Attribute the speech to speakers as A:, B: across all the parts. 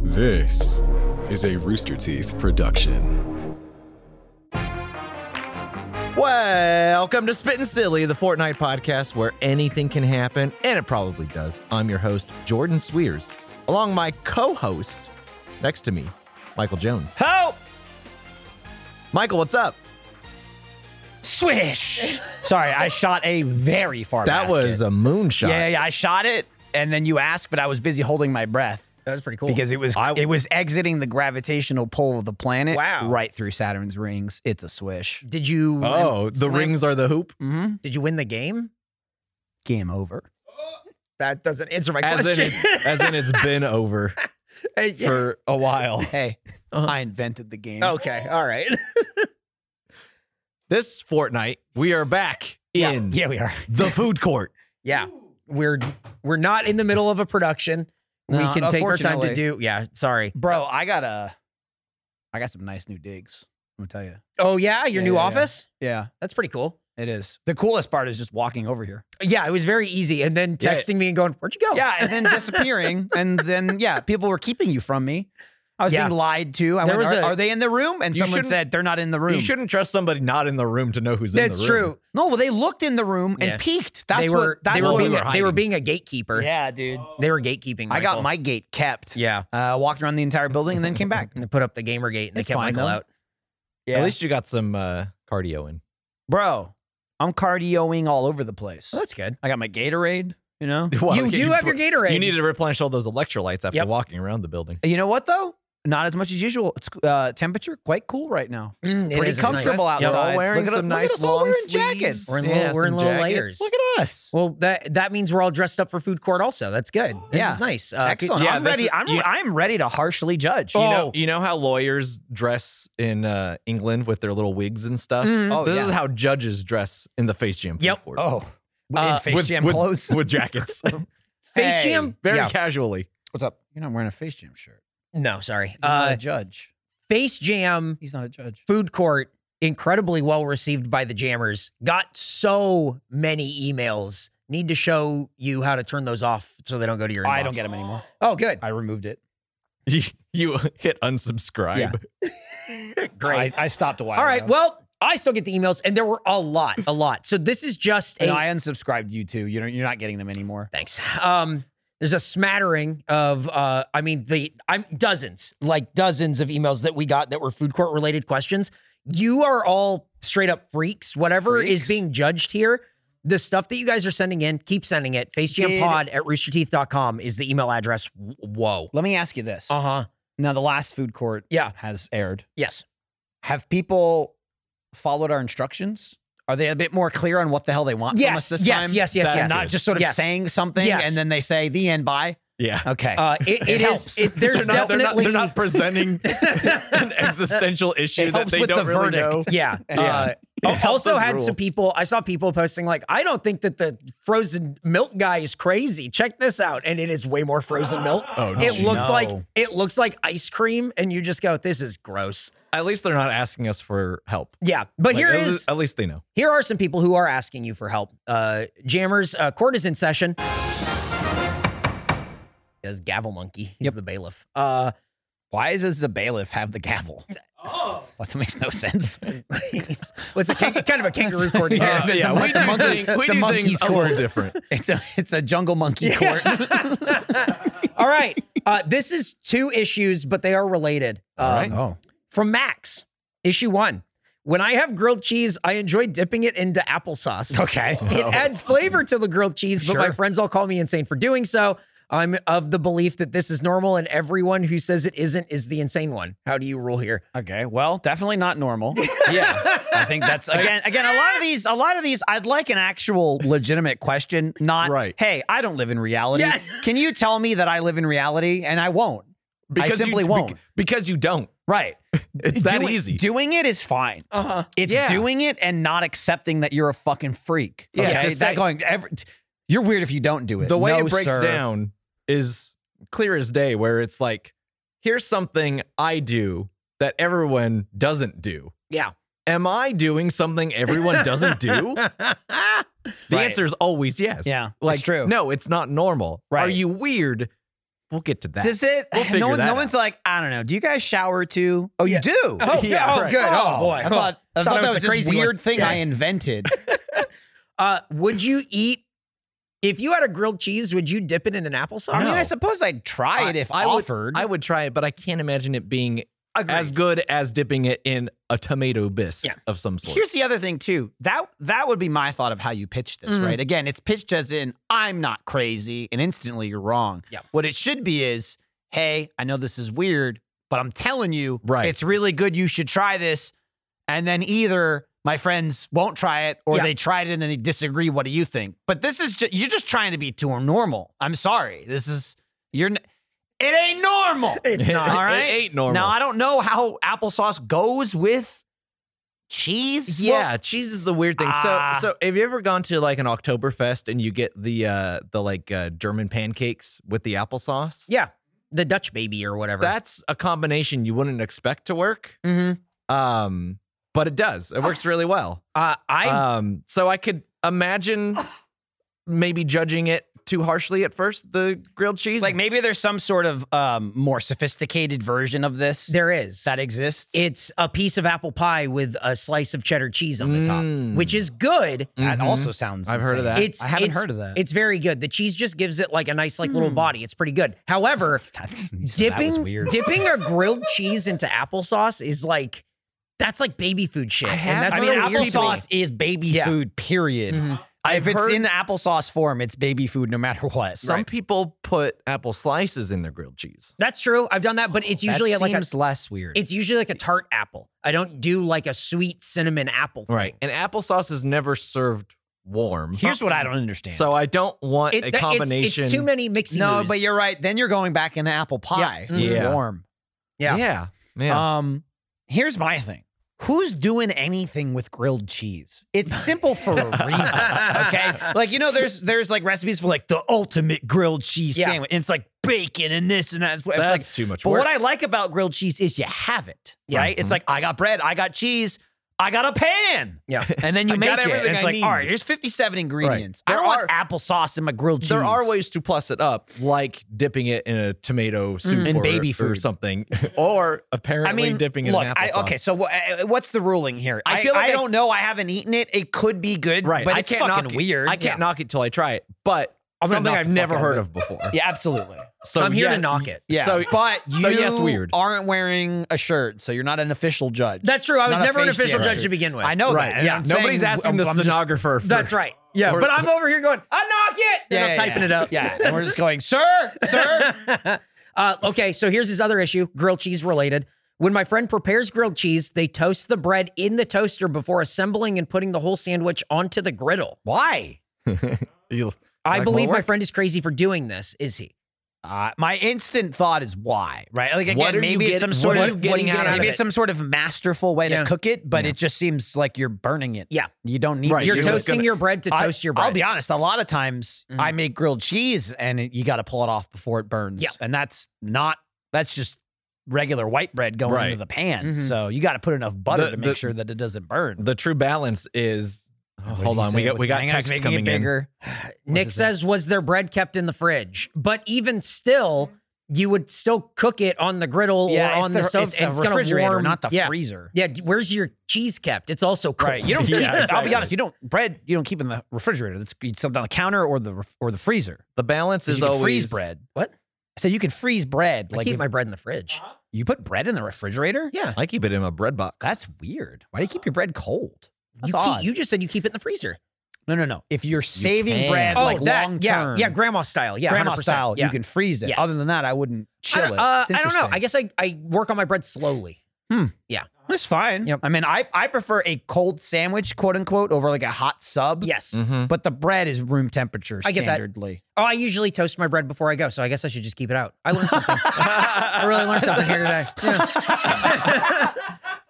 A: This is a Rooster Teeth production.
B: Welcome to Spittin' Silly, the Fortnite podcast where anything can happen, and it probably does. I'm your host, Jordan Sweers, along my co-host next to me, Michael Jones.
C: Help!
B: Michael, what's up?
C: Swish! Sorry, I shot a very far.
B: That
C: basket.
B: was a moonshot.
C: yeah, yeah. I shot it, and then you asked, but I was busy holding my breath
D: That was pretty cool.
C: because it was it was exiting the gravitational pull of the planet.
D: Wow.
C: Right through Saturn's rings. It's a swish.
D: did you
B: Oh, the
D: slam-
B: rings are the hoop.
C: Mm-hmm.
D: Did you win the game?
C: Game over.
D: That doesn't answer my
B: As in,
D: question.
B: it, as in, it's been over
D: Yeah.
B: for a while.
C: Hey,
B: Uh-huh. Oh,
C: I invented the game.
D: okay, all right.
B: This Fortnite, we are back
C: Yeah.
B: in
C: Yeah, we are.
B: the food court.
D: Yeah. We're we're not in the middle of a production. we
C: No,
D: can take our time to
C: unfortunately.
D: do. Yeah, sorry.
C: Bro, I got a, I got some nice new digs. I'm gonna tell you.
D: Oh yeah, your
C: Yeah,
D: new
C: yeah, yeah.
D: office?
C: Yeah,
D: That's pretty cool.
C: it is. The coolest part is just walking over here.
D: Yeah, it was very easy. And then
B: Yeah.
D: texting me and going, Where'd you go?
C: Yeah, and then disappearing, and then yeah, people were keeping you from me. I was
D: Yeah.
C: being lied to. I
D: There
C: went,
D: was
C: are,
D: a-
C: are they in the room? And
B: You
C: someone
B: shouldn't-
C: said they're not in the room.
B: You shouldn't trust somebody not in the room to know who's in
D: That's
B: the room.
D: true.
C: No, well, they looked in the room
D: Yeah.
C: and peeked. That's
D: they were
C: what. That's
D: they were
C: what
D: being
B: we
D: a,
B: were
D: they were
B: hiding.
D: being a gatekeeper.
C: yeah, dude.
D: They were gatekeeping.
C: I got
D: Michael.
C: my gate kept.
D: Yeah.
C: Uh, walked around the entire building and then came back.
D: And they put up the gamer gate and they
C: It's
D: kept
C: fine,
D: Michael
C: though.
D: out.
C: Yeah,
B: At least you got some uh, cardio in.
C: bro, I'm cardioing all over the place.
D: Well, that's good.
C: I got my Gatorade. You know.
B: Well,
D: you
B: yeah,
D: do have your Gatorade.
B: You needed to replenish all those electrolytes after
D: Yep.
B: walking around the building.
C: You know what though? Not as much as usual. It's uh, temperature quite cool right now.
D: Mm, it
C: Pretty
D: is, it's nice.
C: comfortable
D: Yep.
C: outside.
B: all wearing
C: Look at-
B: some
C: look at
B: nice
C: us all
B: long
C: wearing
B: sleeves.
C: jackets.
D: We're in little- we're in
B: some
D: little
B: jackets.
D: layers.
C: Look at us.
D: Well, that that means we're all dressed up for food court. Also, that's good. This
C: Yeah.
D: is nice. Uh,
C: Excellent.
B: yeah,
C: I'm
B: this
C: ready.
B: is-
C: I'm,
B: you- Oh.
C: I'm ready to harshly judge.
B: You
C: you
B: know,
C: know?
B: you know how lawyers dress in uh, England with their little wigs and stuff.
D: Mhm.
C: Oh,
B: this
C: yeah.
B: is how judges dress in the face jam. food
D: Yep.
B: court.
C: Oh,
B: Uh,
C: in face
B: with-
C: jam
B: with-
C: clothes.
B: with jackets,
D: Face
C: Hey,
D: jam.
B: very
D: yeah.
B: casually.
C: What's up? You're not wearing a face jam shirt.
D: No, sorry.
C: He's not
D: Uh,
C: a judge.
D: face jam
C: He's not a judge.
D: food court incredibly well received by the jammers. Got so many emails. Need to show you how to turn those off so they don't go to your. Inbox.
C: I don't get him anymore.
D: Oh, good.
C: I removed it.
B: You, you hit unsubscribe.
C: Yeah.
D: Great.
C: I, I stopped a while.
D: All right.
C: ago.
D: Well, I still get the emails, and there were a lot, a lot. So this is just a.
C: and I unsubscribed you too. You don't. You're not getting them anymore.
D: Thanks. Um, there's a smattering of, uh, I mean, the I'm dozens, like dozens of emails that we got that were food court related questions. You are all straight up freaks. Whatever is
C: Freaks?
D: being judged here, the stuff that you guys are sending in, keep sending it. FaceJamPod at roosterteeth.com is the email address. W- Whoa.
C: Let me ask you this.
D: Uh huh.
C: Now, the last food court
D: Yeah.
C: has aired.
D: Yes.
C: Have people followed our instructions? Are they a bit more clear on what the hell they want from us
D: Yes.
C: this
D: Yes.
C: time?
D: Yes. Yes.
B: That is
D: Yes.
C: And Not just sort of
D: Yes.
C: saying something
D: Yes.
C: and then they say the end. Bye.
B: Yeah.
C: Okay.
D: Uh, it, it is.
C: helps.
D: It,
B: They're
D: there's
B: not- they're not-
D: definitely.
B: They're not, presenting an existential issue
C: It
B: that
C: helps
B: they
C: with
B: don't
C: the
B: really
C: verdict.
B: know.
D: Yeah. Uh, al-
B: helps
D: also
B: us
D: had
B: rule.
D: some people. I saw people posting like, I don't think that the frozen milk guy is crazy. Check this out, and it is way more frozen milk.
B: Oh,
D: it
B: gee.
D: looks
C: No.
D: like it looks like ice cream, and you just go, this is gross.
B: At least they're not asking us for help.
D: Yeah, but
B: Like,
D: here
B: at
D: is
B: least- At least they know.
D: here are some people who are asking you for help. Uh, jammers, uh, court is in session. Is gavel monkey? He's the bailiff. Uh,
C: Why does the bailiff have the gavel? Oh, that makes no sense.
D: it's, well, it's a kan- kind of a kangaroo court.
B: Uh,
D: Yeah,
B: yeah, we
D: it's a
B: do,
D: monkey.
B: thing- we
D: it's a
B: do
D: monkey's
B: things a little
D: court.
B: different.
C: It's a it's a jungle monkey court.
D: All right. Uh, this is two issues, but they are related.
B: All right.
D: Um, From Max, issue one. When I have grilled cheese, I enjoy dipping it into applesauce.
C: okay.
D: It adds flavor to the grilled cheese, but my
C: Sure.
D: friends all call me insane for doing so. I'm of the belief that this is normal, and everyone who says it isn't is the insane one. How do you rule here?
C: Okay. Well, definitely not normal.
B: Yeah.
C: I think that's again again a lot of these a lot of these I'd like an actual legitimate question, not
B: Right.
C: hey, I don't live in reality.
D: Yeah.
C: Can you tell me that I live in reality and I won't? I
B: you-
C: simply
B: bec-
C: won't.
B: Because you don't.
C: Right.
B: It's that
C: Doing-
B: easy. Uh,
C: Doing it is fine.
D: Uh-huh.
C: It's
B: Yeah.
C: doing it and not accepting that you're a fucking freak.
B: Yeah,
C: Okay?
B: just
C: That
B: say-
C: going every, you're weird if you don't do it.
B: the way
C: No,
B: it breaks
C: sir.
B: down is clear as day where it's like here's something i do that everyone doesn't do
D: Yeah.
B: am i doing something everyone doesn't do the
C: Right.
B: answer is always yes
C: Yeah, it's
B: like
C: true.
B: no it's not normal are
C: Right.
B: you weird we'll get to that.
C: Does it?
B: We'll figure
C: no one,
B: that
C: no
B: out.
C: one's like, I don't know. Do you guys shower too?
E: Oh, you do?
D: Oh,
C: Yeah,
D: yeah, oh
C: right.
D: good. Oh,
C: Oh,
D: boy.
C: I thought, I thought, that was,
D: the
C: this
D: crazy
C: weird
D: one.
C: thing I
D: Yeah.
C: invented.
D: Uh, would you eat if you had a grilled cheese? Would you dip it in an applesauce?
C: I mean, I suppose I'd try it if offered.
B: Would, I would try it, but I can't imagine it being
D: Agreed.
B: as good as dipping it in a tomato bisque
D: Yeah.
B: of some sort.
C: Here's the other thing too. That that would be my thought of how you pitch this, right? Again, it's pitched as in I'm not crazy, and instantly you're wrong.
D: Yeah.
C: What it should be is, hey, I know this is weird, but I'm telling you,
B: Right.
C: it's really good. You should try this. And then either my friends won't try it, or
D: Yeah.
C: they tried it and then they disagree. What do you think? But this is just, you're just trying to be too normal. I'm sorry. This is you're. n- It ain't normal.
D: It's not.
C: All right.
B: It ain't normal.
C: Now I don't know how applesauce goes with cheese.
B: yeah, cheese is the weird thing.
C: Ah.
B: so, so have you ever gone to like an Oktoberfest and you get the uh the like uh, German pancakes with the applesauce?
D: Yeah. The Dutch baby or whatever.
B: that's a combination you wouldn't expect to work.
C: Mm-hmm.
D: Mhm.
B: Um, but it does. It works really well.
D: Uh, I
B: um, so I could imagine maybe judging it too harshly at first. The grilled cheese,
C: Like maybe there's some sort of um, more sophisticated version of this
D: there is.
C: that exists.
D: It's a piece of apple pie with a slice of cheddar cheese on the
B: Mm.
D: top, which is good.
C: That also sounds.
B: Mm-hmm. I've heard of
C: insane.
B: that.
D: It's
C: Mm, I haven't
D: it's-
C: heard of that.
D: It's very good. The cheese just gives it like a nice like little body. It's pretty good. However,
C: That's
D: dipping
C: That was weird.
D: dipping a grilled cheese into applesauce is like that's like baby food shit. and
B: have
D: that's
C: I mean,
D: so weird to me.
C: applesauce is baby
D: Yeah.
C: food. Period.
B: I've
C: If it's
B: heard-
C: in applesauce form, it's baby food no matter what.
B: some people put apple slices in their grilled cheese.
D: That's true. I've done that, but it's usually
C: that
D: at, like a,
C: seems less weird.
D: it's usually like a tart apple. I don't do like a sweet cinnamon apple. Thing.
B: And applesauce is never served warm.
C: Here's what I don't understand.
B: so I don't want
D: It-
B: a
D: that- it's- It's,
B: combination.
D: too many mixing.
C: no, but you're right. Then you're going back into apple pie.
D: Yeah.
C: It's
B: Yeah.
C: warm.
B: Yeah, yeah. yeah.
C: Um, here's my thing. Who's doing anything with grilled cheese? It's simple for a reason, okay? Like you know, there's there's like recipes for like the ultimate grilled cheese
D: Yeah.
C: sandwich, and it's like bacon and this and that. It's like-
B: That's too much
C: But
B: work.
C: what I like about grilled cheese is you have it, right?
B: Mm-hmm.
D: Mm-hmm.
C: It's like I got bread, I got cheese, I got a pan,
D: Yeah.
C: and then you
B: I
C: make
B: got
C: it. and
B: everything
C: it's
B: I
C: like all
B: need.
C: right, here's 57 ingredients. I
B: There
C: don't want
B: are-
C: applesauce in my grilled cheese.
B: there are ways to plus it up, like dipping it in a tomato soup
C: Mm. And
B: or,
C: baby
B: or
C: food.
B: something, or apparently
C: I mean,
B: dipping it
C: look,
B: in
C: I,
B: applesauce.
C: okay, so wha- uh, what's the ruling here?
B: I
C: I,
B: feel like
C: I,
B: I-
C: don't know. I haven't eaten it. It could be good,
B: right?
C: But
B: I
C: it's
B: can't
C: fucking
B: knock it.
C: weird.
B: I can't
C: Yeah.
B: knock it till I try it, but
C: gonna
B: something
C: knock
B: I've
C: the fuck
B: never
C: out of
B: heard
C: it.
B: of before.
C: Yeah, absolutely.
B: So
D: I'm here
B: yeah,
D: to knock it.
C: Yeah,
B: So-
C: but you
B: so yes, weird.
C: aren't wearing a shirt, so you're not an official judge.
D: That's true. I was
C: Not a
D: never an
C: face
D: official
C: jam.
D: judge to begin with.
C: I know
B: Right.
C: that. and
B: Yeah.
C: I'm saying-
B: Nobody's asking
C: I'm-
B: the
C: I'm just-
B: stenographer. for-
D: That's right. Yeah.
B: Or-
D: but I'm over here going, I knock it.
C: Yeah,
D: And I'm
C: yeah,
D: typing
C: yeah.
D: it up.
C: Yeah, and we're just going, sir, sir.
D: Uh, okay, so here's his other issue, grilled cheese related. When my friend prepares grilled cheese, they toast the bread in the toaster before assembling and putting the whole sandwich onto the griddle.
C: Why?
B: You-
D: I
B: Like,
D: believe
B: well,
D: my friend is crazy for doing this, is he?
C: Uh, my instant thought is why, right? Like again,
B: What are you
C: maybe it's
B: getting-
C: some sort
B: what are
C: of
B: you getting out of
C: maybe
B: it?
C: it's some sort of masterful way
D: Yeah.
C: to cook it, but it just seems like you're burning it.
D: Yeah.
C: you don't need.
B: Right,
C: to
D: You're
B: you're
C: do it.
B: just
D: toasting
B: gonna-
D: your bread to toast your bread.
C: I'll be honest. A lot of times I make grilled cheese and it, you got to pull it off before it burns.
D: Yeah.
C: And that's not, that's just regular white bread going
B: Right.
C: into the pan.
D: Mhm.
C: So you got to put enough butter
B: The-
C: to make
B: the-
C: sure that it doesn't burn.
B: The true balance is. oh,
C: What'd
B: hold
C: you
B: on, we
C: say?
B: got we
C: What's-
B: got
C: hang on, it's
B: text
C: making it
B: coming in.
C: bigger.
D: Nick
C: it
D: says, was their bread kept in the fridge? But even still, you would still cook it on the griddle
C: Yeah,
D: or
C: it's
D: on the,
C: the-
D: stove.
C: it's
D: and
C: the
D: it's gonna
C: refrigerator,
D: warm-
C: not the
D: yeah.
C: freezer.
D: Yeah, d- where's your cheese kept? It's also cold.
C: Right. You don't
B: Yeah,
C: keep, I'll
B: exactly.
C: be honest, you don't, bread, you don't keep in the refrigerator. That's you'd something on the counter or the, ref- or the freezer.
B: The balance
C: 'Cause
B: is
C: you can
B: always
C: freeze bread.
D: What?
C: I said you can freeze bread.
D: I
C: like
D: keep
C: if-
D: my bread in the fridge.
C: you put bread in the refrigerator?
D: Yeah.
B: I keep it in a bread box.
C: That's weird. Why do you keep your bread cold? That's
D: you,
C: odd.
D: keep, you just said you keep it in the freezer.
C: No, no, no. If you're saving
B: can.
C: bread,
B: Oh,
C: like long
D: yeah,
C: term,
D: yeah, grandma style, yeah,
C: grandma
D: 100%,
C: style,
D: yeah.
C: you can freeze it.
D: Yes.
C: Other than that, I wouldn't
D: I
C: chill
D: don't,
C: it.
D: uh,
C: It's
D: I don't know. I
C: interesting.
D: guess I, I work on my bread slowly.
C: it's fine.
D: Yep.
C: I mean, I I prefer a cold sandwich, quote unquote, over like a hot sub.
D: Yes.
B: Mhm.
C: but the bread is room temperature.
D: I get that.
C: standardly.
D: Oh, I usually toast my bread before I go, so I guess I should just keep it out. I learned something. I really learned something here today. Yeah.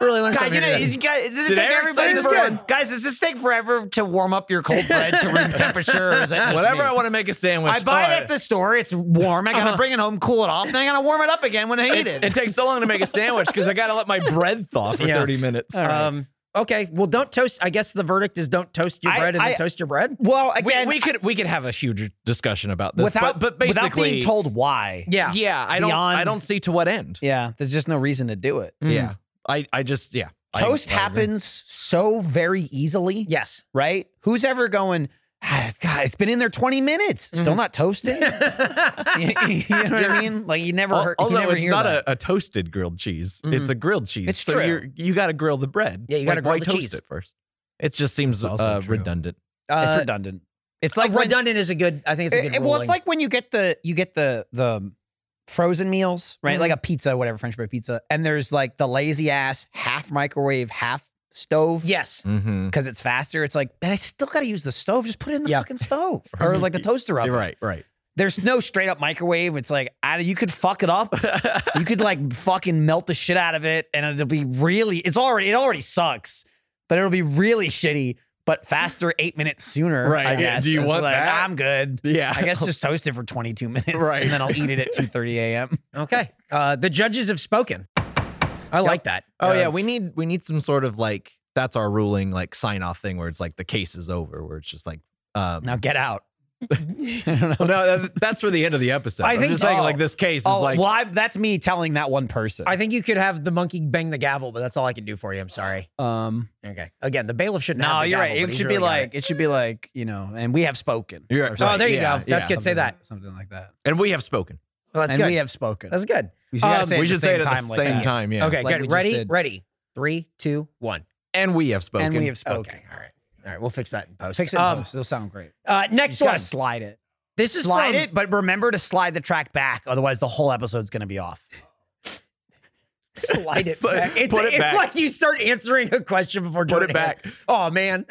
D: really learned something. here today.
C: guys, does
B: Did take Eric everybody say this forever-
C: Guys, does this take forever to warm up your cold bread to room temperature? Or is that just
B: Whenever
C: me?
B: I want to make a sandwich,
C: I buy
B: oh,
C: it at the store. It's warm. I gotta bring it home, cool it off, and I gotta warm it up again when I eat Uh-huh. it.
B: It takes so long to make a sandwich because I gotta let my bread thaw for
D: Yeah.
B: thirty minutes.
D: Um, Okay. Well, don't toast. I guess the verdict is don't toast your
C: I-
D: bread and
C: I-
D: then toast your bread.
C: Well,
B: We,
C: again,
B: we could we could have a huge discussion about this,
C: without
B: but, but basically,
C: without being told why.
D: Yeah.
B: yeah, I don't
C: beyond-
B: I don't see to what end.
C: Yeah, there's just no reason to do it.
B: Yeah, I I just yeah, I-
C: Toast
B: I agree.
C: happens so very easily.
D: Yes.
C: right? Who's ever going? "Ah, God, it's been in there 20 minutes. Still not toasted. you, you know what I mean? Like you never
B: Al-
C: heard. you
B: Although
C: never
B: it's
C: hear
B: not
C: that.
B: a, a toasted grilled cheese, it's a grilled cheese.
C: It's
B: so
C: true.
B: You're, you got to grill the bread.
D: Yeah, you gotta
B: Like,
D: grill
B: why
D: the
B: toast
D: cheese.
B: it first. It just seems
C: also
B: uh,
C: true.
B: redundant.
C: it's
D: Uh,
C: redundant.
D: it's like
C: like when-
D: redundant is a good. I think it's a good.
C: It- well,
D: ruling.
C: it's like when you get the you get the the frozen meals, right?
D: Mhm.
C: Like a pizza, whatever French bread pizza, and there's like the lazy ass half microwave, half stove.
D: yes.
B: Mm-hmm.
C: Because it's faster, it's like, but I still got to use the stove. Just put it in the
D: Yeah.
C: fucking stove or like the toaster oven.
B: Right, right.
C: There's no straight up microwave. It's like I, you could fuck it up. you could like fucking melt the shit out of it, and it'll be really. It's already it already sucks, but it'll be really shitty. But faster, eight minutes sooner.
B: Right.
C: I
B: Yeah,
C: guess.
B: do you
C: It's
B: want
C: like,
B: that?
C: I'm good.
B: Yeah.
C: I guess just toast it for 22 minutes,
B: Right.
C: And then I'll eat it at 2:30 a.m.
D: Okay. Uh, the judges have spoken. I like that.
B: Oh
D: Uh,
B: yeah, we need we need some sort of like that's our ruling like sign off thing where it's like the case is over where it's just like um
C: Now get out.
B: well, no that- that's for the end of the episode.
C: I
B: I'm
C: think-
B: just saying
C: oh.
B: like this case is
C: Oh,
B: like
C: well, I, that's me telling that one person.
D: I think you could have the monkey bang the gavel, but that's all I can do for you. I'm sorry.
C: um,
D: Okay. Again, the bailiff shouldn't.
C: no,
D: have the
C: you're
D: gavel,
C: right.
D: but
C: It
D: he's
C: should
D: really
C: be
D: got it.
C: like it. should be like you know, and we have spoken.
B: You're-
C: or
B: oh,
D: Oh,
C: something.
D: there you
B: Yeah,
D: go.
B: yeah.
D: That's good. Say
C: Something-
D: that.
C: something like that.
B: and we have spoken.
D: Well, that's
C: and
D: good.
C: we have spoken.
D: that's good.
C: You gotta
D: Um,
C: say it
B: we
C: at the
B: should say it at the
C: time like
B: same
C: that.
B: time, yeah.
D: Okay.
C: like we
D: good.
C: just
D: Ready.
C: did.
D: Ready. Three, two, one.
B: And we have spoken.
C: And we have spoken.
D: Okay. All right. All right. We'll fix that in post.
C: Fix it.
D: Um,
C: Um, It'll sound great.
D: uh, next
C: Just gotta
D: one.
C: slide it.
D: This is
C: Slide
D: from-
C: it, but remember to slide the track back. Otherwise, the whole episode's gonna be off.
D: slide it
B: So,
D: back. It's,
B: put it
D: it's
B: back.
D: like you start answering a question before
B: Put
D: doing
B: it back.
D: Oh man.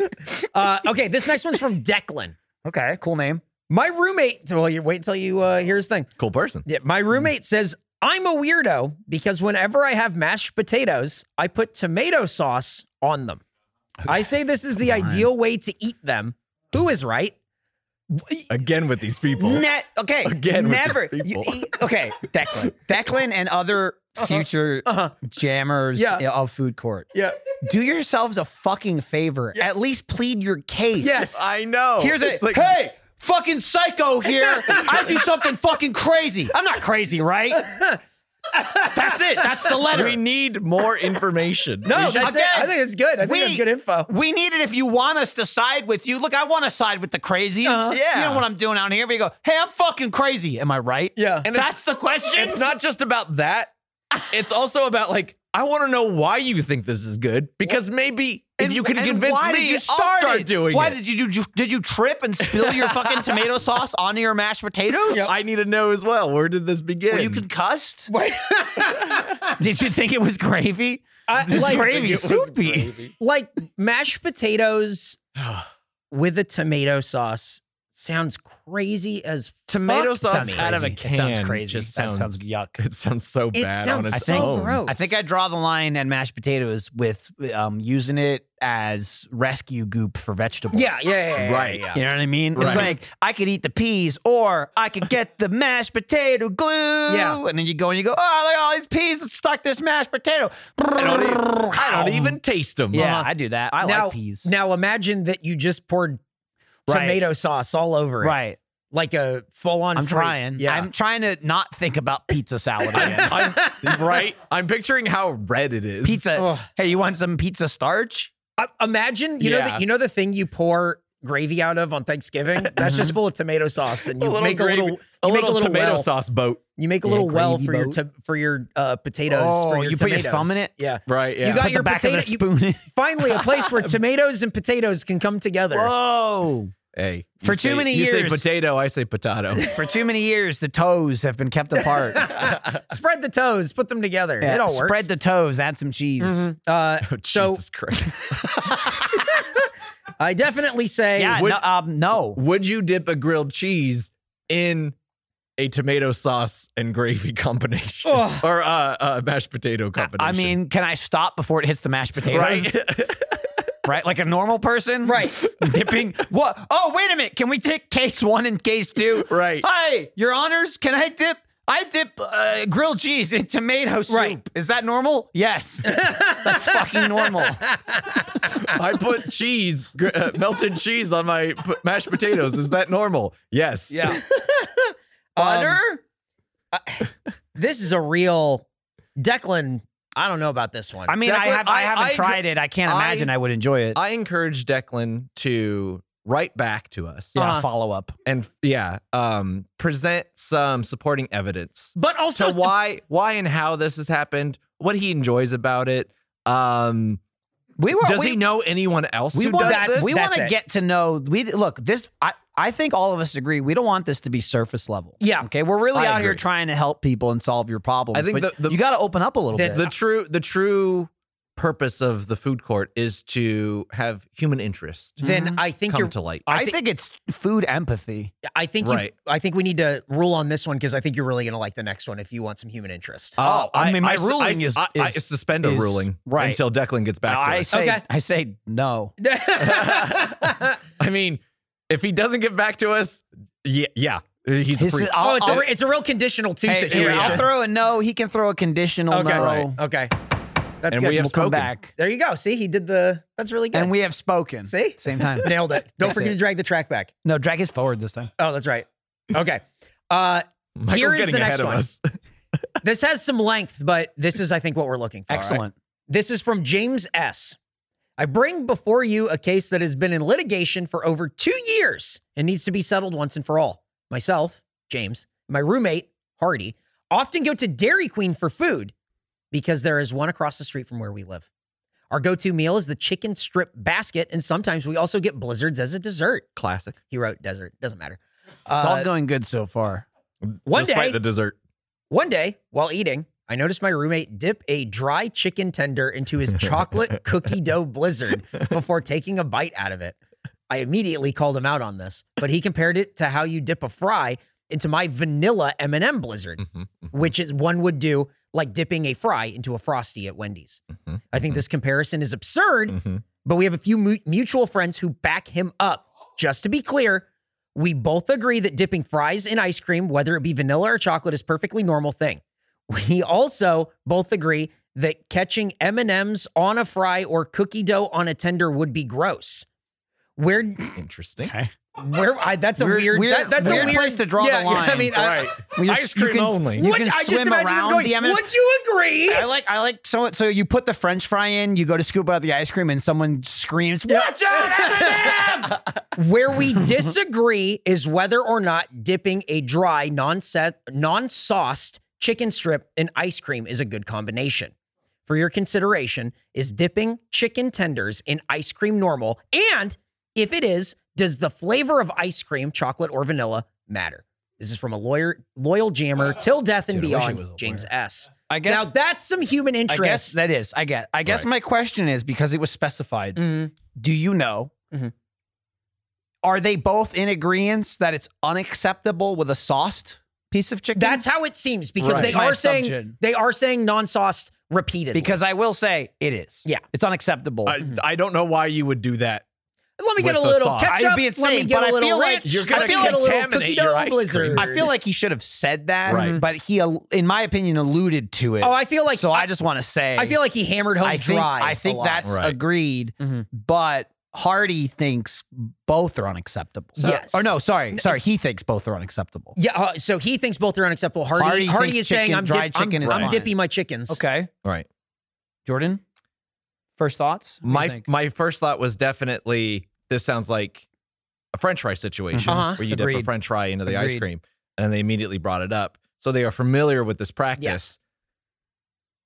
D: uh, okay, this next one's from Declan.
C: Okay, cool name.
D: My roommate. Well, you wait until you uh, hear his thing.
B: Cool person.
D: Yeah, my roommate says I'm a weirdo because whenever I have mashed potatoes, I put tomato sauce on them. I say this is the ideal way to eat them. Who is right?
B: Again with these people.
C: Net okay.
B: Again with
C: never.
B: these people.
D: e-,
C: you- okay, Declan, Declan, and other future jammers
D: Uh-huh. Yeah.
C: of food court.
B: Yeah.
C: Do yourselves a fucking favor. At least plead your case.
D: Yes.
B: I know.
C: Here's it.
B: It's like-
C: hey, fucking psycho here. I do something fucking crazy. I'm not crazy, right? That's it. That's the letter.
B: We need more information.
D: No,
B: We should-
D: that's it. I think it's good. I think
C: We-
D: that's good info.
C: We need it if you want us to side with you. Look, I want to side with the crazies.
D: Uh-huh.
B: Yeah.
C: You know what I'm doing out here? But you go, hey, I'm fucking crazy. Am I right?
D: Yeah.
C: And That's the question.
B: it's not just about that. It's also about like I want to know why you think this is good because maybe if you can
C: And
B: convince
C: why did
B: me,
C: you
B: I'll
C: start
B: start
C: it?
B: doing
C: Why
B: it.
C: did you do? Did you trip and spill your fucking tomato sauce onto your mashed potatoes?
B: I need to know as well. Where did this begin?
C: Were you concussed? did you think it was gravy?
D: I-
C: This
D: like-
C: gravy soupy.
D: like mashed potatoes with a tomato sauce sounds crazy as
B: tomato
D: fuck to
B: sauce
D: me.
B: out of a
C: It
B: can.
C: sounds crazy.
B: Just
C: That
B: sounds,
C: sounds yuck.
B: It sounds so
D: It
B: bad Oh.
D: sounds
B: on its
D: so
B: own.
D: gross.
C: I think I draw the line at mashed potatoes with um, using it as rescue goop for vegetables.
D: yeah, yeah, yeah, yeah, yeah,
B: Right.
D: yeah.
C: You know what I mean?
B: Right.
C: It's like I could eat the peas, or I could get the mashed potato glue.
D: Yeah.
C: and then you go and you go, oh, look at all these peas that stuck this mashed potato.
B: I don't, Uh-huh. e- I don't even taste them.
C: Yeah,
D: Uh-huh.
C: I do that. I
D: now,
C: like peas.
D: now imagine that you just poured
C: Right.
D: tomato sauce all over it,
C: right?
D: Like a full-on.
C: I'm
D: freak.
C: trying.
D: Yeah,
C: I'm trying to not think about pizza salad again.
B: I'm, I'm- right. I'm picturing how red it is.
C: pizza. Hey, you want some pizza starch?
D: I- Uh, imagine you know
B: Yeah.
D: that you know the thing you pour gravy out of on Thanksgiving. That's
C: Mm-hmm.
D: just full of tomato sauce, and
B: A
D: you
B: little
D: make
B: gravy-
D: a little.
B: a
D: you make
B: little, tomato
D: well.
B: sauce boat.
D: You make a
C: Yeah,
D: little well
C: gravy
D: for your
C: boat.
D: to, for your uh, potatoes. for
C: Oh,
D: your
C: you put your
D: tomatoes.
C: thumb in it?
D: Yeah.
B: Right. Yeah.
D: You got
C: Put
D: your
C: the back
D: potato.
C: of the
D: you-
C: spoon. in.
D: finally, a place where tomatoes and potatoes can come together.
C: Whoa.
B: Hey, you
C: For too
B: say-
C: many
B: You
C: years-
B: say potato, I say potato.
C: For too many years, the toes have been kept apart.
D: Spread the toes, put them together.
C: Yeah,
D: It all works.
C: Spread the Oh, toes, add some cheese.
D: uh, so
B: Jesus Christ.
D: I definitely say
C: Yeah,
B: would-
C: no, um, no.
B: Would you dip a grilled cheese in a tomato sauce and gravy combination or uh, uh, mashed potato combination?
C: I mean, can I stop before it hits the mashed potatoes?
B: right?
C: Right? Like a normal person?
D: Right.
C: Dipping. What? Oh, wait a minute. Can we take case one and case two?
B: Right.
C: Hey, your honors, can I dip I dip uh, grilled cheese in tomato soup.
D: Right.
C: Is that normal? Yes. That's fucking normal.
B: I put cheese, gr- uh, melted cheese on my p- mashed potatoes. Is that normal? Yes.
C: Yeah.
D: Butter? Um, this is a real Declan. I don't know about this one.
C: I mean, I
B: Declan,
C: have I,
B: I-
C: haven't
B: I-
C: tried it. I can't
B: I- Uh-huh.
C: imagine I would enjoy it.
B: I encourage Declan to write back to us.
C: yeah,
D: Uh-huh.
C: follow up.
B: And yeah, um, present some supporting evidence
D: but also
B: to why, why and how this has happened, what he enjoys about it. Um,
C: We were
B: does
C: we,
B: he know anyone else
C: we
B: who
C: want
B: does
C: that-
B: this?
C: we want to
D: it.
C: get to know we look this I I think all of us agree we don't want this to be surface level.
D: Yeah.
C: Okay. We're really
B: I
C: out here
B: agree.
C: trying to help people and solve your problems.
B: I think
C: but
B: the- the-
C: you got to open up a little
D: The-
C: bit.
B: the true the true purpose of the food court is to have human interest
C: Mhm.
D: then I think
B: come
D: you're
B: to light.
C: I,
D: thi-
C: think it's food empathy.
D: I think you,
B: Right.
D: I think we need to rule on this one because I think you're really gonna like the next one if you want some human interest.
B: Uh,
C: Oh, I mean, my
B: s-
C: ruling
B: s-
C: is-
B: I, I
C: is-
B: suspend a
C: is-
B: ruling
C: right.
B: until Declan gets back.
C: I
B: to us.
C: say
D: Okay.
C: I say no.
D: Oh,
B: I mean, if he doesn't get back to us, yeah, yeah, he's a
C: His-
B: freak.
C: I'll-
D: oh, it's a,
C: I'll-
D: re- it's a real conditional two
C: Hey, here,
D: situation.
C: I'll throw a no. He can throw a conditional
D: okay,
C: no.
D: okay, that's
B: And
D: good.
B: we have
C: We'll come
B: spoken.
C: back.
D: there you go. See, he did the. That's really good.
C: And we have spoken.
D: See?
C: Same time.
D: nailed it. Don't
C: That's
D: forget
C: it.
D: to drag the track back.
C: no, drag is forward this time.
D: Oh, that's right. Okay. Uh,
B: Michael's
D: here is
B: getting
D: the next
B: ahead of
D: one.
B: us.
D: this has some length, but this is, I think, what we're looking for. all right?
C: Excellent.
D: This is from James S. I bring before you a case that has been in litigation for over two years and needs to be settled once and for all. Myself, James, my roommate, Hardy, often go to Dairy Queen for food because there is one across the street from where we live. Our go to meal is the chicken strip basket, and sometimes we also get blizzards as a dessert.
B: Classic.
D: He wrote desert, doesn't matter.
C: It's
D: Uh,
C: all going good so far.
D: one
B: Despite
D: day,
B: the dessert.
D: one day, while eating, I noticed my roommate dip a dry chicken tender into his chocolate cookie dough blizzard before taking a bite out of it. I immediately called him out on this, but he compared it to how you dip a fry into my vanilla M&M blizzard,
C: Mm-hmm,
B: Mhm,
D: which is one would do like dipping a fry into a frosty at Wendy's.
C: Mm-hmm,
B: mhm,
D: I think this comparison is absurd,
B: mhm.
D: but we have a few mu- mutual friends who back him up. Just to be clear, we both agree that dipping fries in ice cream, whether it be vanilla or chocolate, is perfectly normal thing. We also both agree that catching M&Ms on a fry or cookie dough on a tender would be gross. Where,
B: Interesting.
D: where? I, that's a
C: Weird-
D: weird.
C: weird-
D: that- that's
C: weird
D: a weird
C: place to draw
D: yeah,
C: the
D: yeah, I
C: line.
D: mean, I-
B: Right.
C: You
B: Ice
C: can- you
B: cream
C: can-
B: only.
C: You
D: would,
C: can
D: I just
C: swim
D: imagine them
C: around
D: going.
C: the M&M.
D: Would you agree?
C: I like I like so so you put the French fry in, you go to scoop out the ice cream, and someone screams, "Watch out, M&M!"
D: Where we disagree is whether or not dipping a dry, non-set, non-sauced chicken strip in ice cream is a good combination. For your consideration, is dipping chicken tenders in ice cream normal? And if it is, does the flavor of ice cream, chocolate or vanilla, matter? This is from a lawyer, loyal jammer, till death and
B: Dude, I wish he was
D: beyond,
B: a
D: James S.
C: I guess
D: now that's some human
C: I
D: interest.
C: guess that is. I get. I guess
B: Right.
C: my question is because it was specified.
D: Mhm.
C: Do you know?
D: Mhm.
C: Are they both in agreement that it's unacceptable with a sauced piece of chicken?
D: That's how it seems because
C: Right.
D: they
C: My
D: are saying
C: assumption.
D: they are saying non-sauced repeatedly.
C: because I will say it is.
D: Yeah.
C: it's unacceptable.
B: I, I don't know why you would do that.
D: Let me get a
B: with the
D: little
B: sauce.
D: ketchup.
C: I'd be insane,
D: let me get
C: but
D: a
C: I
D: little
C: feel like
D: ranch.
C: you're gonna
D: I feel like a little
B: contaminate
D: cookie
B: your
D: dough
B: ice cream.
D: blizzard.
C: I feel like he should have said that,
B: Right.
C: but he, al- in my opinion, alluded to it.
D: Oh, I feel like-
C: so. I,
D: I-
C: just want to say,
D: I feel like he hammered home
C: I think,
D: dry.
C: I
D: a
C: think
D: lot.
C: that's
B: Right.
C: agreed,
D: Mhm.
C: but Hardy thinks both are unacceptable.
D: Yes.
C: Or no, sorry, sorry. He thinks both are unacceptable.
D: yeah. uh, so he thinks both are unacceptable. Hardy,
C: Hardy thinks
D: is saying
C: chicken-
D: I'm,
C: dried
D: dip- I'm-
C: chicken is
D: I'm
C: fine.
D: dipping my chickens.
C: Okay.
B: Right.
C: Jordan, first thoughts? What do you
B: My
C: think?
B: my first thought was definitely this sounds like a French fry situation
D: Uh-huh.
B: where you dip
C: Mm-hmm. Agreed.
B: a French fry into the ice
C: Agreed.
B: cream, and they immediately brought it up, so they are familiar with this practice.
D: Yes.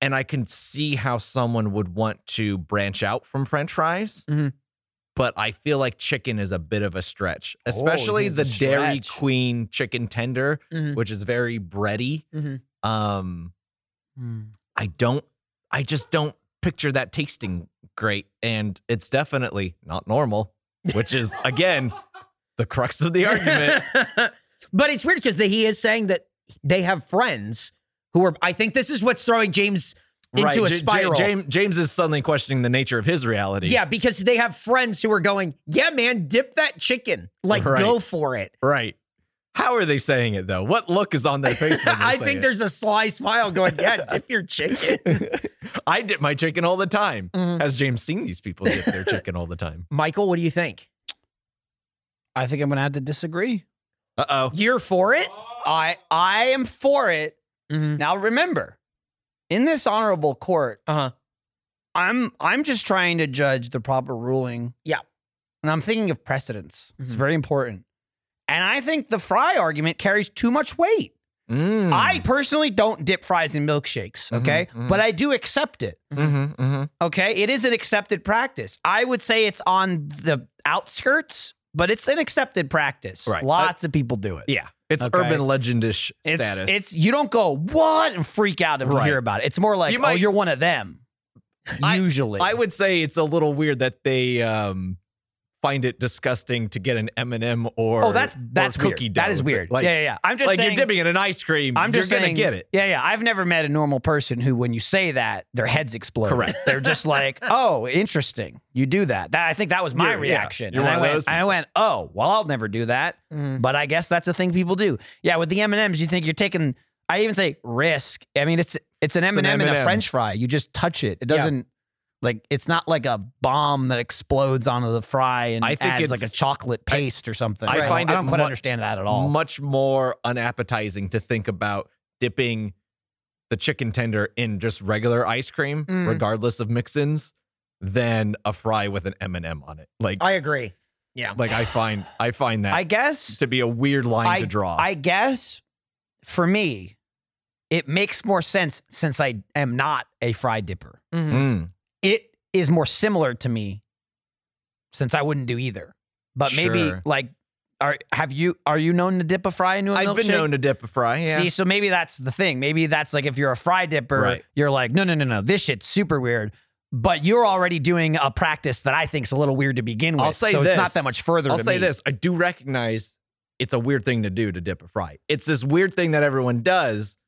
B: And I can see how someone would want to branch out from French fries,
C: Mhm.
B: but I feel like chicken is a bit of a stretch,
C: Oh, it
B: especially
C: is
B: the
C: a
B: Dairy
C: stretch. Mm-hmm.
B: Queen chicken tender,
D: Mhm.
B: which is very bready.
D: Mhm.
B: Um,
C: Hmm.
B: I don't I just don't picture that tasting great and it's definitely not normal, which is again the crux of the argument.
D: but it's weird because he is saying that they have friends who are. I think this is what's throwing James into
B: J-
D: a
B: J-
D: spiral.
B: James, James is suddenly questioning the nature of his reality.
D: yeah, because they have friends who are going, yeah, man, dip that chicken. Like,
B: Right.
D: go for it.
B: Right. How are they saying it though? What look is on their face? When they
D: I
B: say
D: think
B: it?
D: there's a sly smile going, yeah, dip your chicken.
B: I dip my chicken all the time.
D: Mm-hmm.
B: Has James seen these people dip their chicken all the time?
D: Michael, what do you think?
C: I think I'm gonna have to disagree.
B: Uh oh.
D: You're for it?
C: I I am for it. Now remember, in this honorable court,
D: Uh-huh.
C: I'm I'm just trying to judge the proper ruling.
D: Yeah. Mm-hmm.
C: And I'm thinking of precedence. It's very important. And I think the fry argument carries too much weight.
B: Mm. Hmm.
C: I personally don't dip fries in milkshakes, okay?
B: mhm.
C: But I do accept it.
B: Mm-hmm, mm-hmm.
C: Okay, it is an accepted practice. I would say it's on the outskirts, but it's an accepted practice.
B: Right.
C: Lots of people do it.
B: Yeah. It's
C: Okay.
B: urban legendish
C: It's,
B: status.
C: it's you don't go what and freak out if you
B: Right.
C: hear about it. It's more like
B: You
C: oh
B: might-
C: you're one of them.
B: I-
C: Usually,
B: I would say it's a little weird that they um find it disgusting to get an M&M or
C: Oh, that's
B: or
C: that's
B: cookie
C: weird.
B: dough.
C: That is weird.
B: Like,
C: yeah, yeah, yeah. I'm just
B: like
C: saying,
B: you're dipping in an ice cream.
C: I'm just
B: you're
C: saying,
B: gonna get it.
C: Yeah, yeah. I've never met a normal person who, when you say that, their heads explode.
B: Correct.
C: They're just like, "Oh, interesting. You do that." that I think that was my
B: You're- yeah.
C: reaction.
B: You're
C: and
B: one
C: I
B: of
C: went,
B: those
C: I
B: people.
C: went, "Oh, well, I'll never do that."
D: Mm-hmm.
C: But I guess that's a thing people do. Yeah, with the M and M's, you think you're taking. I even say risk. I mean, it's it's an M
B: an
C: and m and a
B: M&M.
C: French fry. You just touch it. It doesn't. Like it's not like a bomb that explodes onto the fry and
B: I think
C: adds like a
B: it's-
C: chocolate paste or something.
B: I
C: don't-
B: find
C: I
B: it
C: don't quite
B: mu-
C: understand that at all.
B: Much more unappetizing to think about dipping the chicken tender in just regular ice cream,
C: Mm.
B: regardless of mix-ins, than a fry with an M&M on it. Like,
D: I agree.
B: like I find I find that
C: I guess
B: to be a weird line
C: I,
B: to draw.
C: I guess for me, it makes more sense since I am not a fry dipper.
B: Mm.
C: It is more similar to me since I wouldn't do either. But maybe
B: Sure.
C: like are have you are you known to dip a fry into a
B: I've
C: milkshake?
B: been known to dip a fry. Yeah.
C: See, so maybe that's the thing. Maybe that's like if you're a fry dipper,
B: Right.
C: you're like, no, no, no, no, this shit's super weird. But you're already doing a practice that I think's a little weird to begin with.
B: I'll say
C: so
B: this.
C: it's not that much further.
B: I'll
C: to
B: say
C: me.
B: this: I do recognize it's a weird thing to do to dip a fry. It's this weird thing that everyone does,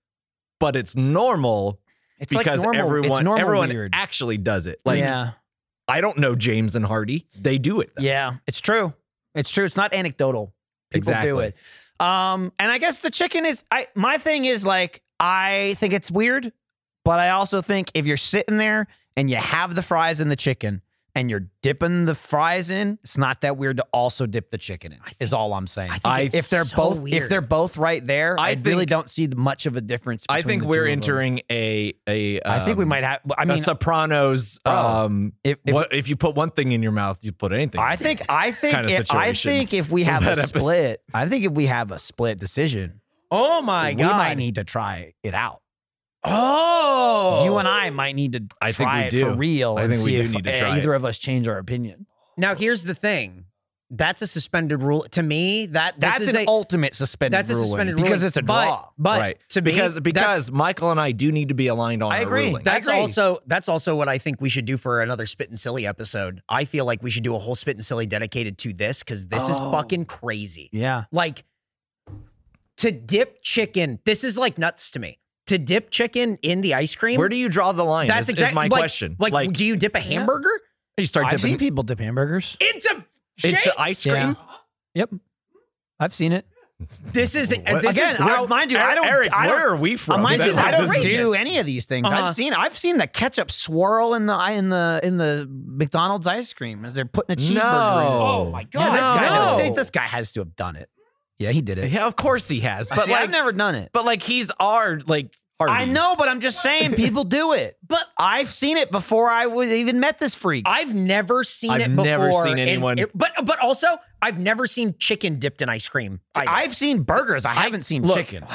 B: but it's normal
C: It's like
B: because
C: normal-
B: everyone
C: it's normal
B: everyone
C: weird.
B: actually does it. Like
C: yeah.
B: I don't know James and Hardy; they do it. though.
C: Yeah, it's true. It's true. It's not anecdotal. People do
B: Exactly.
C: it. Um, and I guess the chicken is I my thing is like I think it's weird, but I also think if you're sitting there and you have the fries and the chicken and you're dipping the fries in, it's not that weird to also dip the chicken in. Is all I'm saying.
B: I
C: if they're
D: so
C: both if
D: weird.
C: they're both right there,
B: I
C: I, really
B: think-
C: don't see much of a difference.
B: I
C: between
B: think
C: the
B: we're
C: two of them.
B: entering a a.
C: I think we
B: um,
C: might have. I
B: a
C: mean,
B: Sopranos.
C: Bro,
B: um, if
C: if- if-
B: if, what, if you put one thing in your mouth, you put anything.
C: I think I think
B: Kinda
C: if, I
B: situation
C: think if we have
B: in
C: a
B: that episode.
C: split, I think if we have a split decision,
D: Oh my
C: we
D: god.
C: might need to try it out.
D: oh.
C: You and I might need to
B: I think
C: try
B: we
C: it for
B: do.
C: real.
B: I
C: and
B: think we
C: see
B: do
C: if eh,
B: need to try
C: either of us change our opinion.
D: Now here's the thing. That's a suspended rule. To me, that this
C: That's
D: is
C: an
D: a,
C: ultimate suspended.
D: that's a
C: ruling
D: suspended rule
C: because it's a draw.
D: But, but
B: right
D: to me,
B: because
D: that's-
B: because Michael and I do need to be aligned on.
C: I
B: our
C: agree.
B: ruling.
C: That-
D: That's
C: agree.
D: also that's also what I think we should do for another spit and silly episode. I feel like we should do a whole spit and silly dedicated to this because this is
B: Oh.
D: fucking crazy.
C: yeah,
D: Like to dip chicken, this is like nuts to me. To dip chicken in the ice cream.
B: Where do you draw the line?
D: that's
B: is,
D: exactly
B: is my
D: like,
B: question.
D: Like, do you dip a hamburger
B: you start
C: I've
B: dipping
C: seen people dip hamburgers.
D: into shakes?
B: into ice cream.
C: Yeah. Yep, I've seen it.
D: This is and this
C: Again,
D: is
C: I-
D: out-
C: mind you, I don't.
B: Eric,
C: I don't,
B: where are we from?
C: Mine
D: This
C: says
D: is
C: I don't
D: outrageous.
C: do any of these things.
D: Uh-huh.
C: I've seen I've seen the ketchup swirl in the in the in the McDonald's ice cream as they're putting a cheeseburger in. it.
B: No.
D: Oh my
C: Yeah,
D: god!
C: this guy
D: no.
C: has, this guy has to have done it. Yeah, he did it.
B: Yeah, of course he has. But
C: See,
B: like,
C: I've never done it.
B: but like, he's our like. Hardy.
C: I know, but I'm just saying people do it.
D: But-
C: I've seen it before I was even met this freak.
D: I've never seen
B: I've
D: it before.
B: never seen
D: and
B: anyone-
D: it- but but also, I've never seen chicken dipped in ice cream. either.
C: I've seen burgers. I haven't seen
B: look,
C: chicken.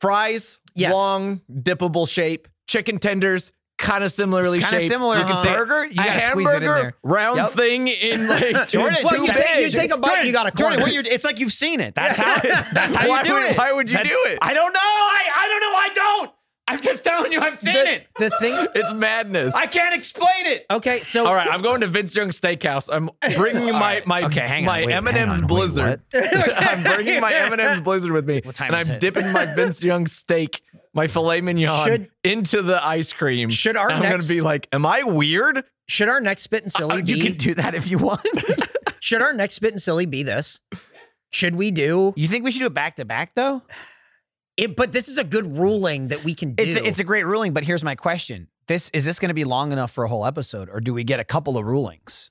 B: Fries,
D: Yes.
B: long, dippable shape. Chicken tenders, kind of similarly
C: Kinda
B: shaped.
C: similar,
B: You can
C: huh?
B: say
C: Burger, you
B: a
C: gotta squeeze it in
B: hamburger,
C: there.
B: round
C: Yep.
B: thing in like
C: Jordan,
B: two
C: Well, you
B: bits.
C: take- you
D: take a bite and you got a
C: Jordan,
D: corner.
C: what you it's like you've seen it. That's how that's how
B: Why
C: you do
B: would-
C: it.
B: why would you
C: That's-
B: do it?
C: I don't know. I, I don't know. I don't. I'm just telling you I've seen
D: the,
C: it.
D: the thing.
B: It's madness.
C: I can't explain it.
D: Okay, so
B: All right, I'm going to Vince Young's Steakhouse. I'm bringing my my
C: Okay, hang on,
B: my
C: wait, hang
B: M&M's
C: on, wait,
B: Blizzard. I'm bringing my M&M's Blizzard with me,
C: time
B: and
C: is
B: I'm
C: it?
B: dipping my Vince Young steak, my filet mignon,
D: Should-
B: into the ice cream.
D: Should our
B: And I'm
D: next-
B: gonna be like, am I weird?
D: should our next spit and
C: Uh,
D: silly
C: You
D: be
C: can do that if you want.
D: should our next spit and silly be this? Should we do
C: You think we should do it back to back though?
D: it? But this is a good ruling that we can do.
C: It's a, it's a great ruling, but here's my question: This is this going to be long enough for a whole episode, or do we get a couple of rulings?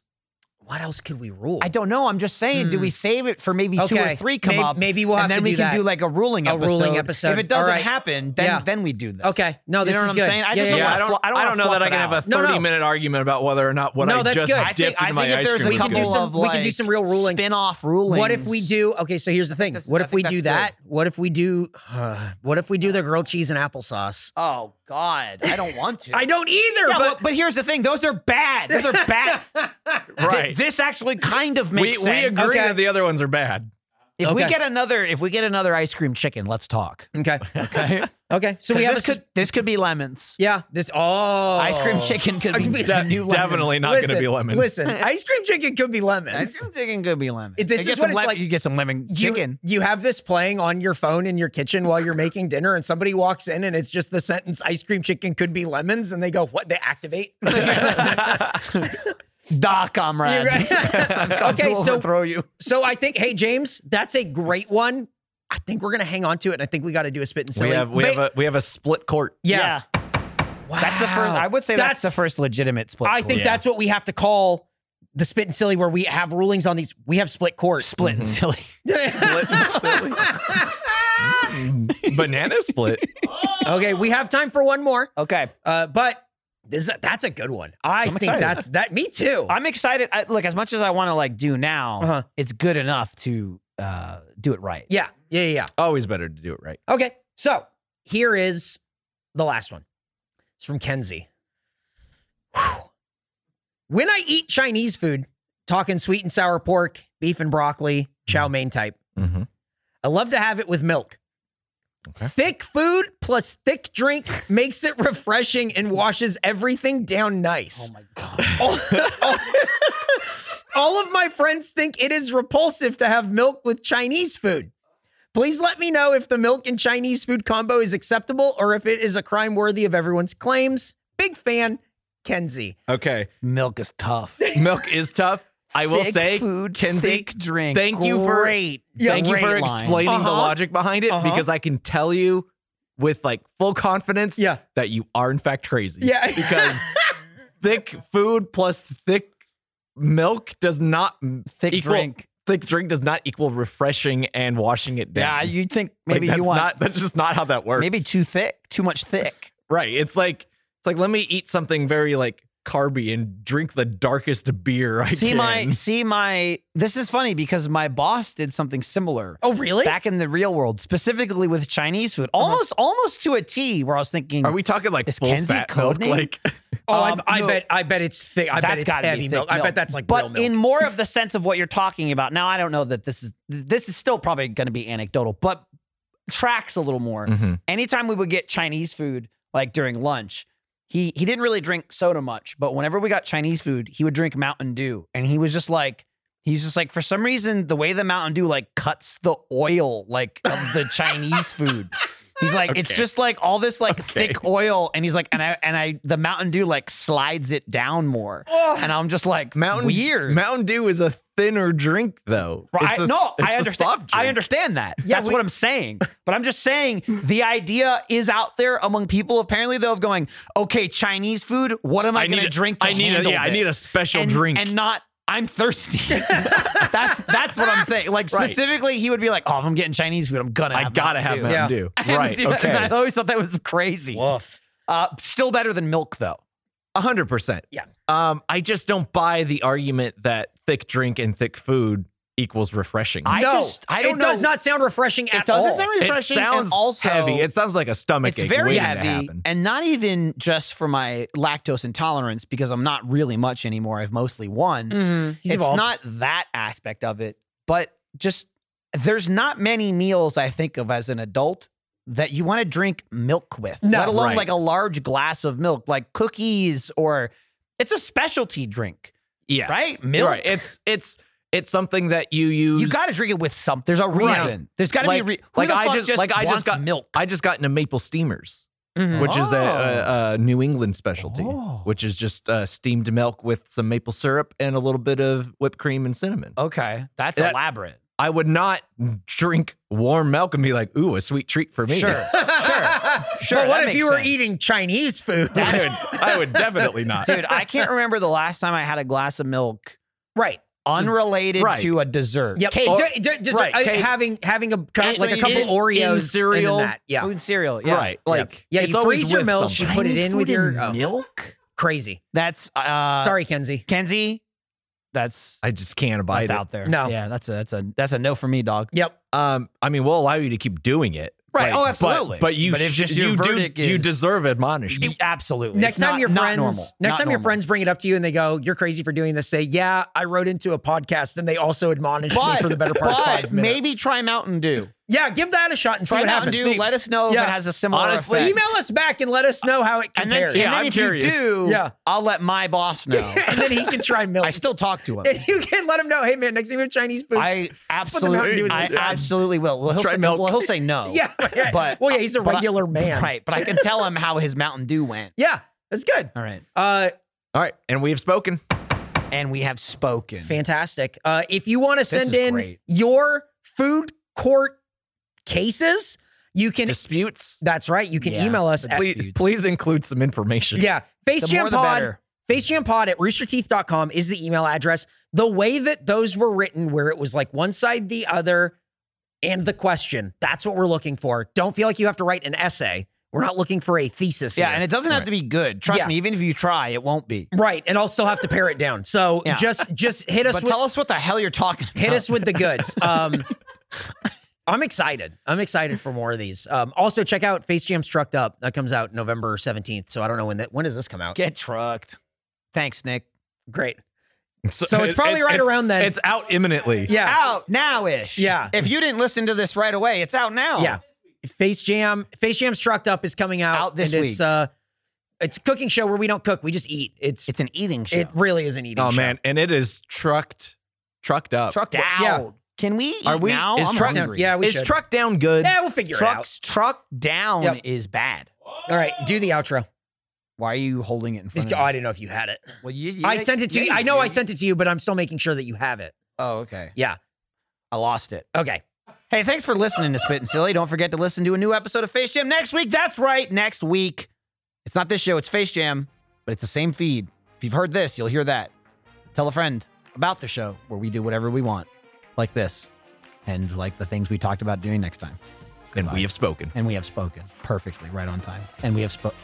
D: what else could we rule?
C: I don't know. I'm just saying, do we save it for maybe two or
D: Hmm. Okay.
C: three come
D: Maybe-
C: up?
D: maybe we'll have
C: and then
D: to
C: we
D: do
C: can
D: that.
C: do like a ruling
D: A
C: episode.
D: ruling episode.
C: If it
D: All
C: doesn't
D: right.
C: happen, then
D: Yeah.
C: then we do this.
D: Okay. No,
C: You
D: this
C: know
D: is
C: what I'm
D: good.
C: saying? I
D: Yeah,
C: just
D: yeah,
C: don't
D: yeah.
C: wanna fl- I don't,
B: I don't know
C: wanna
B: that I
C: fluff
B: can
C: it
B: have
C: out.
B: a
D: No, no.
B: 30 minute argument about whether or not what
D: No,
B: I
D: that's
B: just
D: good. I
C: I
D: dipped
C: think,
B: dipped into
C: I think
B: my
C: if
B: ice
C: there's
B: cream
C: a
D: We can
C: couple
D: do
C: of
D: some- we can do
C: like,
D: some real rulings.
C: spin-off rulings.
D: What if we do? Okay, so here's the thing.
C: this-
D: What
C: I
D: if
C: think
D: we
C: that's
D: do
C: good.
D: that? What if we do? what if we do the grilled cheese and applesauce?
C: Oh God, I don't want to.
D: I don't either.
C: Yeah,
D: but
C: but, but here's the thing: those are bad. Those are bad. Th-
B: Right.
C: this actually kind of
B: We,
C: makes
B: we
C: sense.
B: agree that the other ones are bad.
C: If we
D: Okay.
C: get another, if we get another ice cream chicken, let's talk.
D: okay,
C: Okay.
D: okay. So
C: 'Cause
D: we have a,
C: this
D: sus-
C: could this could be lemons.
D: yeah. This oh
C: Ice cream chicken could be
D: It's
C: the
D: de-
C: new lemons.
B: Definitely not going to
D: Listen,
B: be lemons.
D: Listen, ice cream chicken could be
C: Ice
D: lemons.
C: cream chicken could be lemon.
D: It- this
C: You
D: is
C: get some
D: what it's
C: lemon-
D: like-
C: You get some lemon
D: You,
C: chicken.
D: you have this playing on your phone in your kitchen while you're making dinner, and somebody walks in, and it's just the sentence "ice cream chicken could be lemons," and they go, "What?" They activate.
C: Da comrade.
D: okay, so
C: throw you.
D: So I think, hey James, that's a great one. I think we're gonna hang on to it, and I think we got to do a spit and silly.
B: we have we
D: Ba-
B: have a we have a split court.
D: yeah. Wow.
C: That's the first I would say that's,
D: That's-
C: the first legitimate split.
D: I think
B: Yeah.
D: that's what we have to call the spit and silly, where we have rulings on these. We have split court.
C: split and silly.
B: Split and silly. Banana split.
D: okay, we have time for one more,
C: Okay.
D: uh, but this is- that's a good one. I think
C: excited.
D: that's that. Me too.
C: I'm excited. I, look, as much as I want to like do now,
D: Uh-huh.
C: it's good enough to uh, do it right.
D: yeah, yeah, yeah.
B: Always better to do it right.
D: yeah. Okay, so here is the last one. It's from Kenzie. Whew. When I eat Chinese food, talking sweet and sour pork, beef and broccoli, chow mein type,
F: Mm-hmm.
D: I love to have it with milk. Thick food plus thick drink makes it refreshing and washes everything down nice.
C: Oh my god.
D: All, all- all of my friends think it is repulsive to have milk with Chinese food. Please let me know if the milk and Chinese food combo is acceptable or if it is a crime worthy of everyone's claims. Big fan, Kenzie.
B: Okay.
C: Milk is tough.
B: Milk is tough. I will
C: Thick
B: say,
C: food,
B: Kenzie,
C: thick drink.
B: thank you for-
C: Great,
B: thank you
C: great
B: for
C: line.
B: explaining the
D: Uh-huh.
B: logic behind it because I can tell you with like full confidence
D: Yeah.
B: that you are in fact crazy.
D: Yeah.
B: Because thick food plus thick milk does not
C: Thick
B: equal-
C: drink.
B: Thick drink does not equal refreshing and washing it
C: Yeah,
B: down.
C: you'd think
B: Like,
C: maybe
B: that's
C: you want
B: not that's just not how that works.
C: maybe too thick, too much thick.
B: right. It's like it's like let me eat something very like carby and drink the darkest beer I
C: see
B: can.
C: my see my. This is funny because my boss did something similar
D: Oh, really?
C: back in the real world, specifically with Chinese food, almost almost to a T. Where I was thinking,
B: Uh-huh. Are we talking like
C: Is
B: full
C: Kenzie
B: fat milk?
C: code name?
B: Like
D: oh,
C: um,
D: I, I
C: no.
D: bet I bet it's thick. I bet
C: That's
D: it's
C: gotta be
D: heavy
C: thick
D: milk. I bet that's like
C: but
D: real milk.
C: in more of the sense of what you're talking about. Now, I don't know that this is this is still probably going to be anecdotal, but tracks a little more. Anytime we would get Chinese food, like during lunch, he he didn't really drink soda much, but whenever we got Chinese food, he would drink Mountain Dew, and he was just like. He's just like for some reason the way the Mountain Dew like cuts the oil like of the Chinese food. He's like it's just like all this like thick oil and he's like and I and I the Mountain Dew like slides it down more. And I'm just like
B: Mountain
C: weird.
B: Mountain Dew is a thinner drink though.
C: Right?
B: It's a-
C: no,
B: it's
C: I
B: a
C: understand.
B: soft drink.
C: I understand that.
D: Yeah,
C: That's
D: we-
C: what I'm saying. But I'm just saying the idea is out there among people apparently though of going, okay, Chinese food. What am I,
B: I
C: going
B: need
C: to
B: a-
C: drink? To
B: I need a-
C: handle
B: yeah, I need
C: this?"
B: a special
C: And-
B: drink.
C: and not. I'm thirsty. that's that's what I'm saying. Like
B: Right.
C: specifically, he would be like, "Oh, if I'm getting Chinese food, I'm gonna.
B: I
C: have
B: gotta have
C: Mountain Dew."
B: Mountain Dew.
C: I
B: Right.
C: understand that, and I
B: Okay.
C: always thought that was crazy.
D: Woof.
C: Uh, still better than milk, though.
B: hundred percent.
D: Yeah.
B: Um, I just don't buy the argument that thick drink and thick food equals refreshing.
C: I
D: no,
C: just- I don't
D: it does
C: know.
D: not sound refreshing at
C: it doesn't
D: all.
C: sound
B: it
C: refreshing. and
B: sounds
C: also
B: heavy. It sounds like a stomach
C: it's
B: ache
C: very
B: waiting to
C: heavy,
B: happen.
C: and not even just for my lactose intolerance because I'm not really much anymore. I've mostly won.
B: Mm.
D: He's
C: it's
D: evolved.
C: not that aspect of it, but just there's not many meals I think of as an adult that you want to drink milk with,
D: No,
C: let alone
B: right.
C: like a large glass of milk, like cookies or it's a specialty drink.
B: Yes.
C: Right? Milk.
B: Right. It's it's it's something that you use.
C: You got to drink it with something. There's a reason. There's got to
B: like,
C: be a re- who
B: like
C: the
B: I
C: fuck
B: just, like I
C: wants
B: just got
C: milk.
B: I just got into maple steamers,
D: Mhm.
B: which is uh, a,
C: Oh.
B: a, a New England specialty,
C: Oh.
B: which is just uh, steamed milk with some maple syrup and a little bit of whipped cream and cinnamon.
C: Okay, that's
B: That-
C: elaborate.
G: I would not drink warm milk and be like, ooh, a sweet treat for me.
C: Sure, sure, sure.
D: but what
C: that
D: if
C: makes
D: you were
C: sense.
D: eating Chinese food?
G: I would, I would definitely not.
C: Dude, I can't remember the last time I had a glass of milk
D: right.
C: unrelated
G: Right.
C: to a dessert.
D: Yep. Okay,
C: Or-
D: d- d- just
C: right,
D: uh,
C: okay.
D: having having a
C: That's
D: like
C: what
D: a
C: you
D: couple
C: did in
D: Oreos and then
C: cereal,
D: that. Yeah.
C: Food cereal. Yeah.
G: Right. Like,
D: Yeah,
G: It's
D: you
G: always
D: freeze your
G: with
D: milk, you
G: something.
D: put it
C: Chinese
D: in with
C: food
D: your
C: and
D: oh,
C: milk.
D: crazy.
C: That's uh,
D: Sorry, Kenzie.
C: Kenzie. That's
G: I just can't abide
C: that's
G: it.
C: out there.
D: No.
C: Yeah, that's a that's a that's a no for me, dog.
D: Yep.
G: Um, I mean, we'll allow you to keep doing it.
C: Right. Oh,
G: but-
C: absolutely.
G: But, you,
C: But if
G: sh-
C: just your
G: you do,
C: verdict
G: you
C: is-
G: deserve admonishment.
C: Absolutely.
D: Next
C: It's
D: time
C: not-
D: your
C: not
D: friends,
C: normal.
D: next
C: Not
D: time your
C: normal.
D: friends bring it up to you and they go, "You're crazy for doing this," say, "Yeah, I wrote into a podcast and they also admonished me
C: but,
D: for the better part of
C: but
D: five minutes."
C: maybe try Mountain Dew.
D: yeah, give that a shot and see
C: Try
D: what
C: Mountain
D: happens.
C: Dew. Let us know
D: Yeah.
C: if it has a similar
G: Honestly,
C: effect.
D: Email us back and let us know how it
C: And then,
D: compares.
C: and
G: Yeah,
C: then
G: I'm
C: if
G: curious.
C: you do,
D: Yeah.
C: I'll let my boss know.
D: and then he can try milk.
C: I still talk to him.
D: and you can let him know, "Hey, man, next time you have Chinese food."
C: I
D: Mountain Dew
C: absolutely,
D: in
C: I
D: his hand.
C: absolutely will. Well, he'll
G: Try
C: say,
G: milk.
C: well, he'll say no.
D: yeah, yeah.
C: but
D: well, yeah, he's a
C: but I-
D: regular man.
C: right? But I can tell him how his Mountain Dew went.
D: Yeah, that's good.
C: All right,
D: Uh,
G: All right. And we have spoken.
C: and we have spoken.
D: Fantastic. Uh, if you want to send
C: is
D: in
C: great.
D: your food court cases, you can.
G: Disputes.
D: that's right. You can
C: Yeah.
D: email us at
G: Please, please include some information.
D: yeah
C: The more
D: FaceJam
C: the
D: Pod.
C: better.
D: FaceJamPod at roosterteeth.com is the email address. The way that those were written, where it was like one side, the other, and the question, that's what we're looking for. Don't feel like you have to write an essay. We're not looking for a thesis.
C: Yeah,
D: here.
C: and it doesn't have to be good. Trust
D: Yeah.
C: me, even if you try, it won't be.
D: right. And I'll still have to pare it down. So
C: Yeah.
D: just just hit us
C: But
D: with
C: tell us what the hell you're talking about.
D: hit us with the goods. Um, I'm excited. I'm excited for more of these. Um, also, check out Face Jam Struck Up. That comes out November 17th. So I don't know when that. When does this come out?
C: Get trucked. Thanks, Nick.
D: Great. So it's probably right around then.
G: It's out imminently.
D: Yeah.
C: Out now ish.
D: Yeah.
C: If you didn't listen to this right away, it's out now.
D: Yeah. Face Jam. Face Jam Struck Up is coming out.
C: Out this
D: and It's
C: week.
D: uh, it's a cooking show where we don't cook. We just eat. It's,
C: It's an eating show.
D: it really is an eating.
G: Oh,
D: show.
G: man. And it is trucked, trucked up.
C: trucked out.
D: yeah.
C: Can we eat
G: Are we-
C: now?
G: is
C: I'm
G: truck-
C: hungry.
D: Yeah, we
G: is
D: should.
G: trucked down good?
D: yeah, we'll figure
C: Trucks truck down
D: Yep.
C: is bad.
D: it out. All right, do the outro.
C: Why are you holding it in
D: Just
C: front
D: go-
C: of
D: oh,
C: me?
D: I didn't know if you had it.
C: Well, you,
D: I sent it to you. I know I sent it to you, but I'm still making sure that you have it.
C: Oh, okay.
D: Yeah.
C: I lost it.
D: Okay.
C: Hey, thanks for listening to Spittin' Silly. Don't forget to listen to a new episode of Face Jam next week. That's right, next week. It's not this show, it's Face Jam, but it's the same feed. If you've heard this, you'll hear that. Tell a friend about the show where we do whatever we want, like this, and like the things we talked about doing next time.
G: And we
C: Goodbye.
G: have spoken.
C: And we have spoken perfectly, right on time. And we have spoken.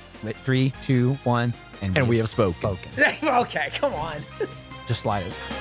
C: Three, two, one, and,
G: And we have spoken.
C: spoken.
D: okay, come on.
C: Just slide it.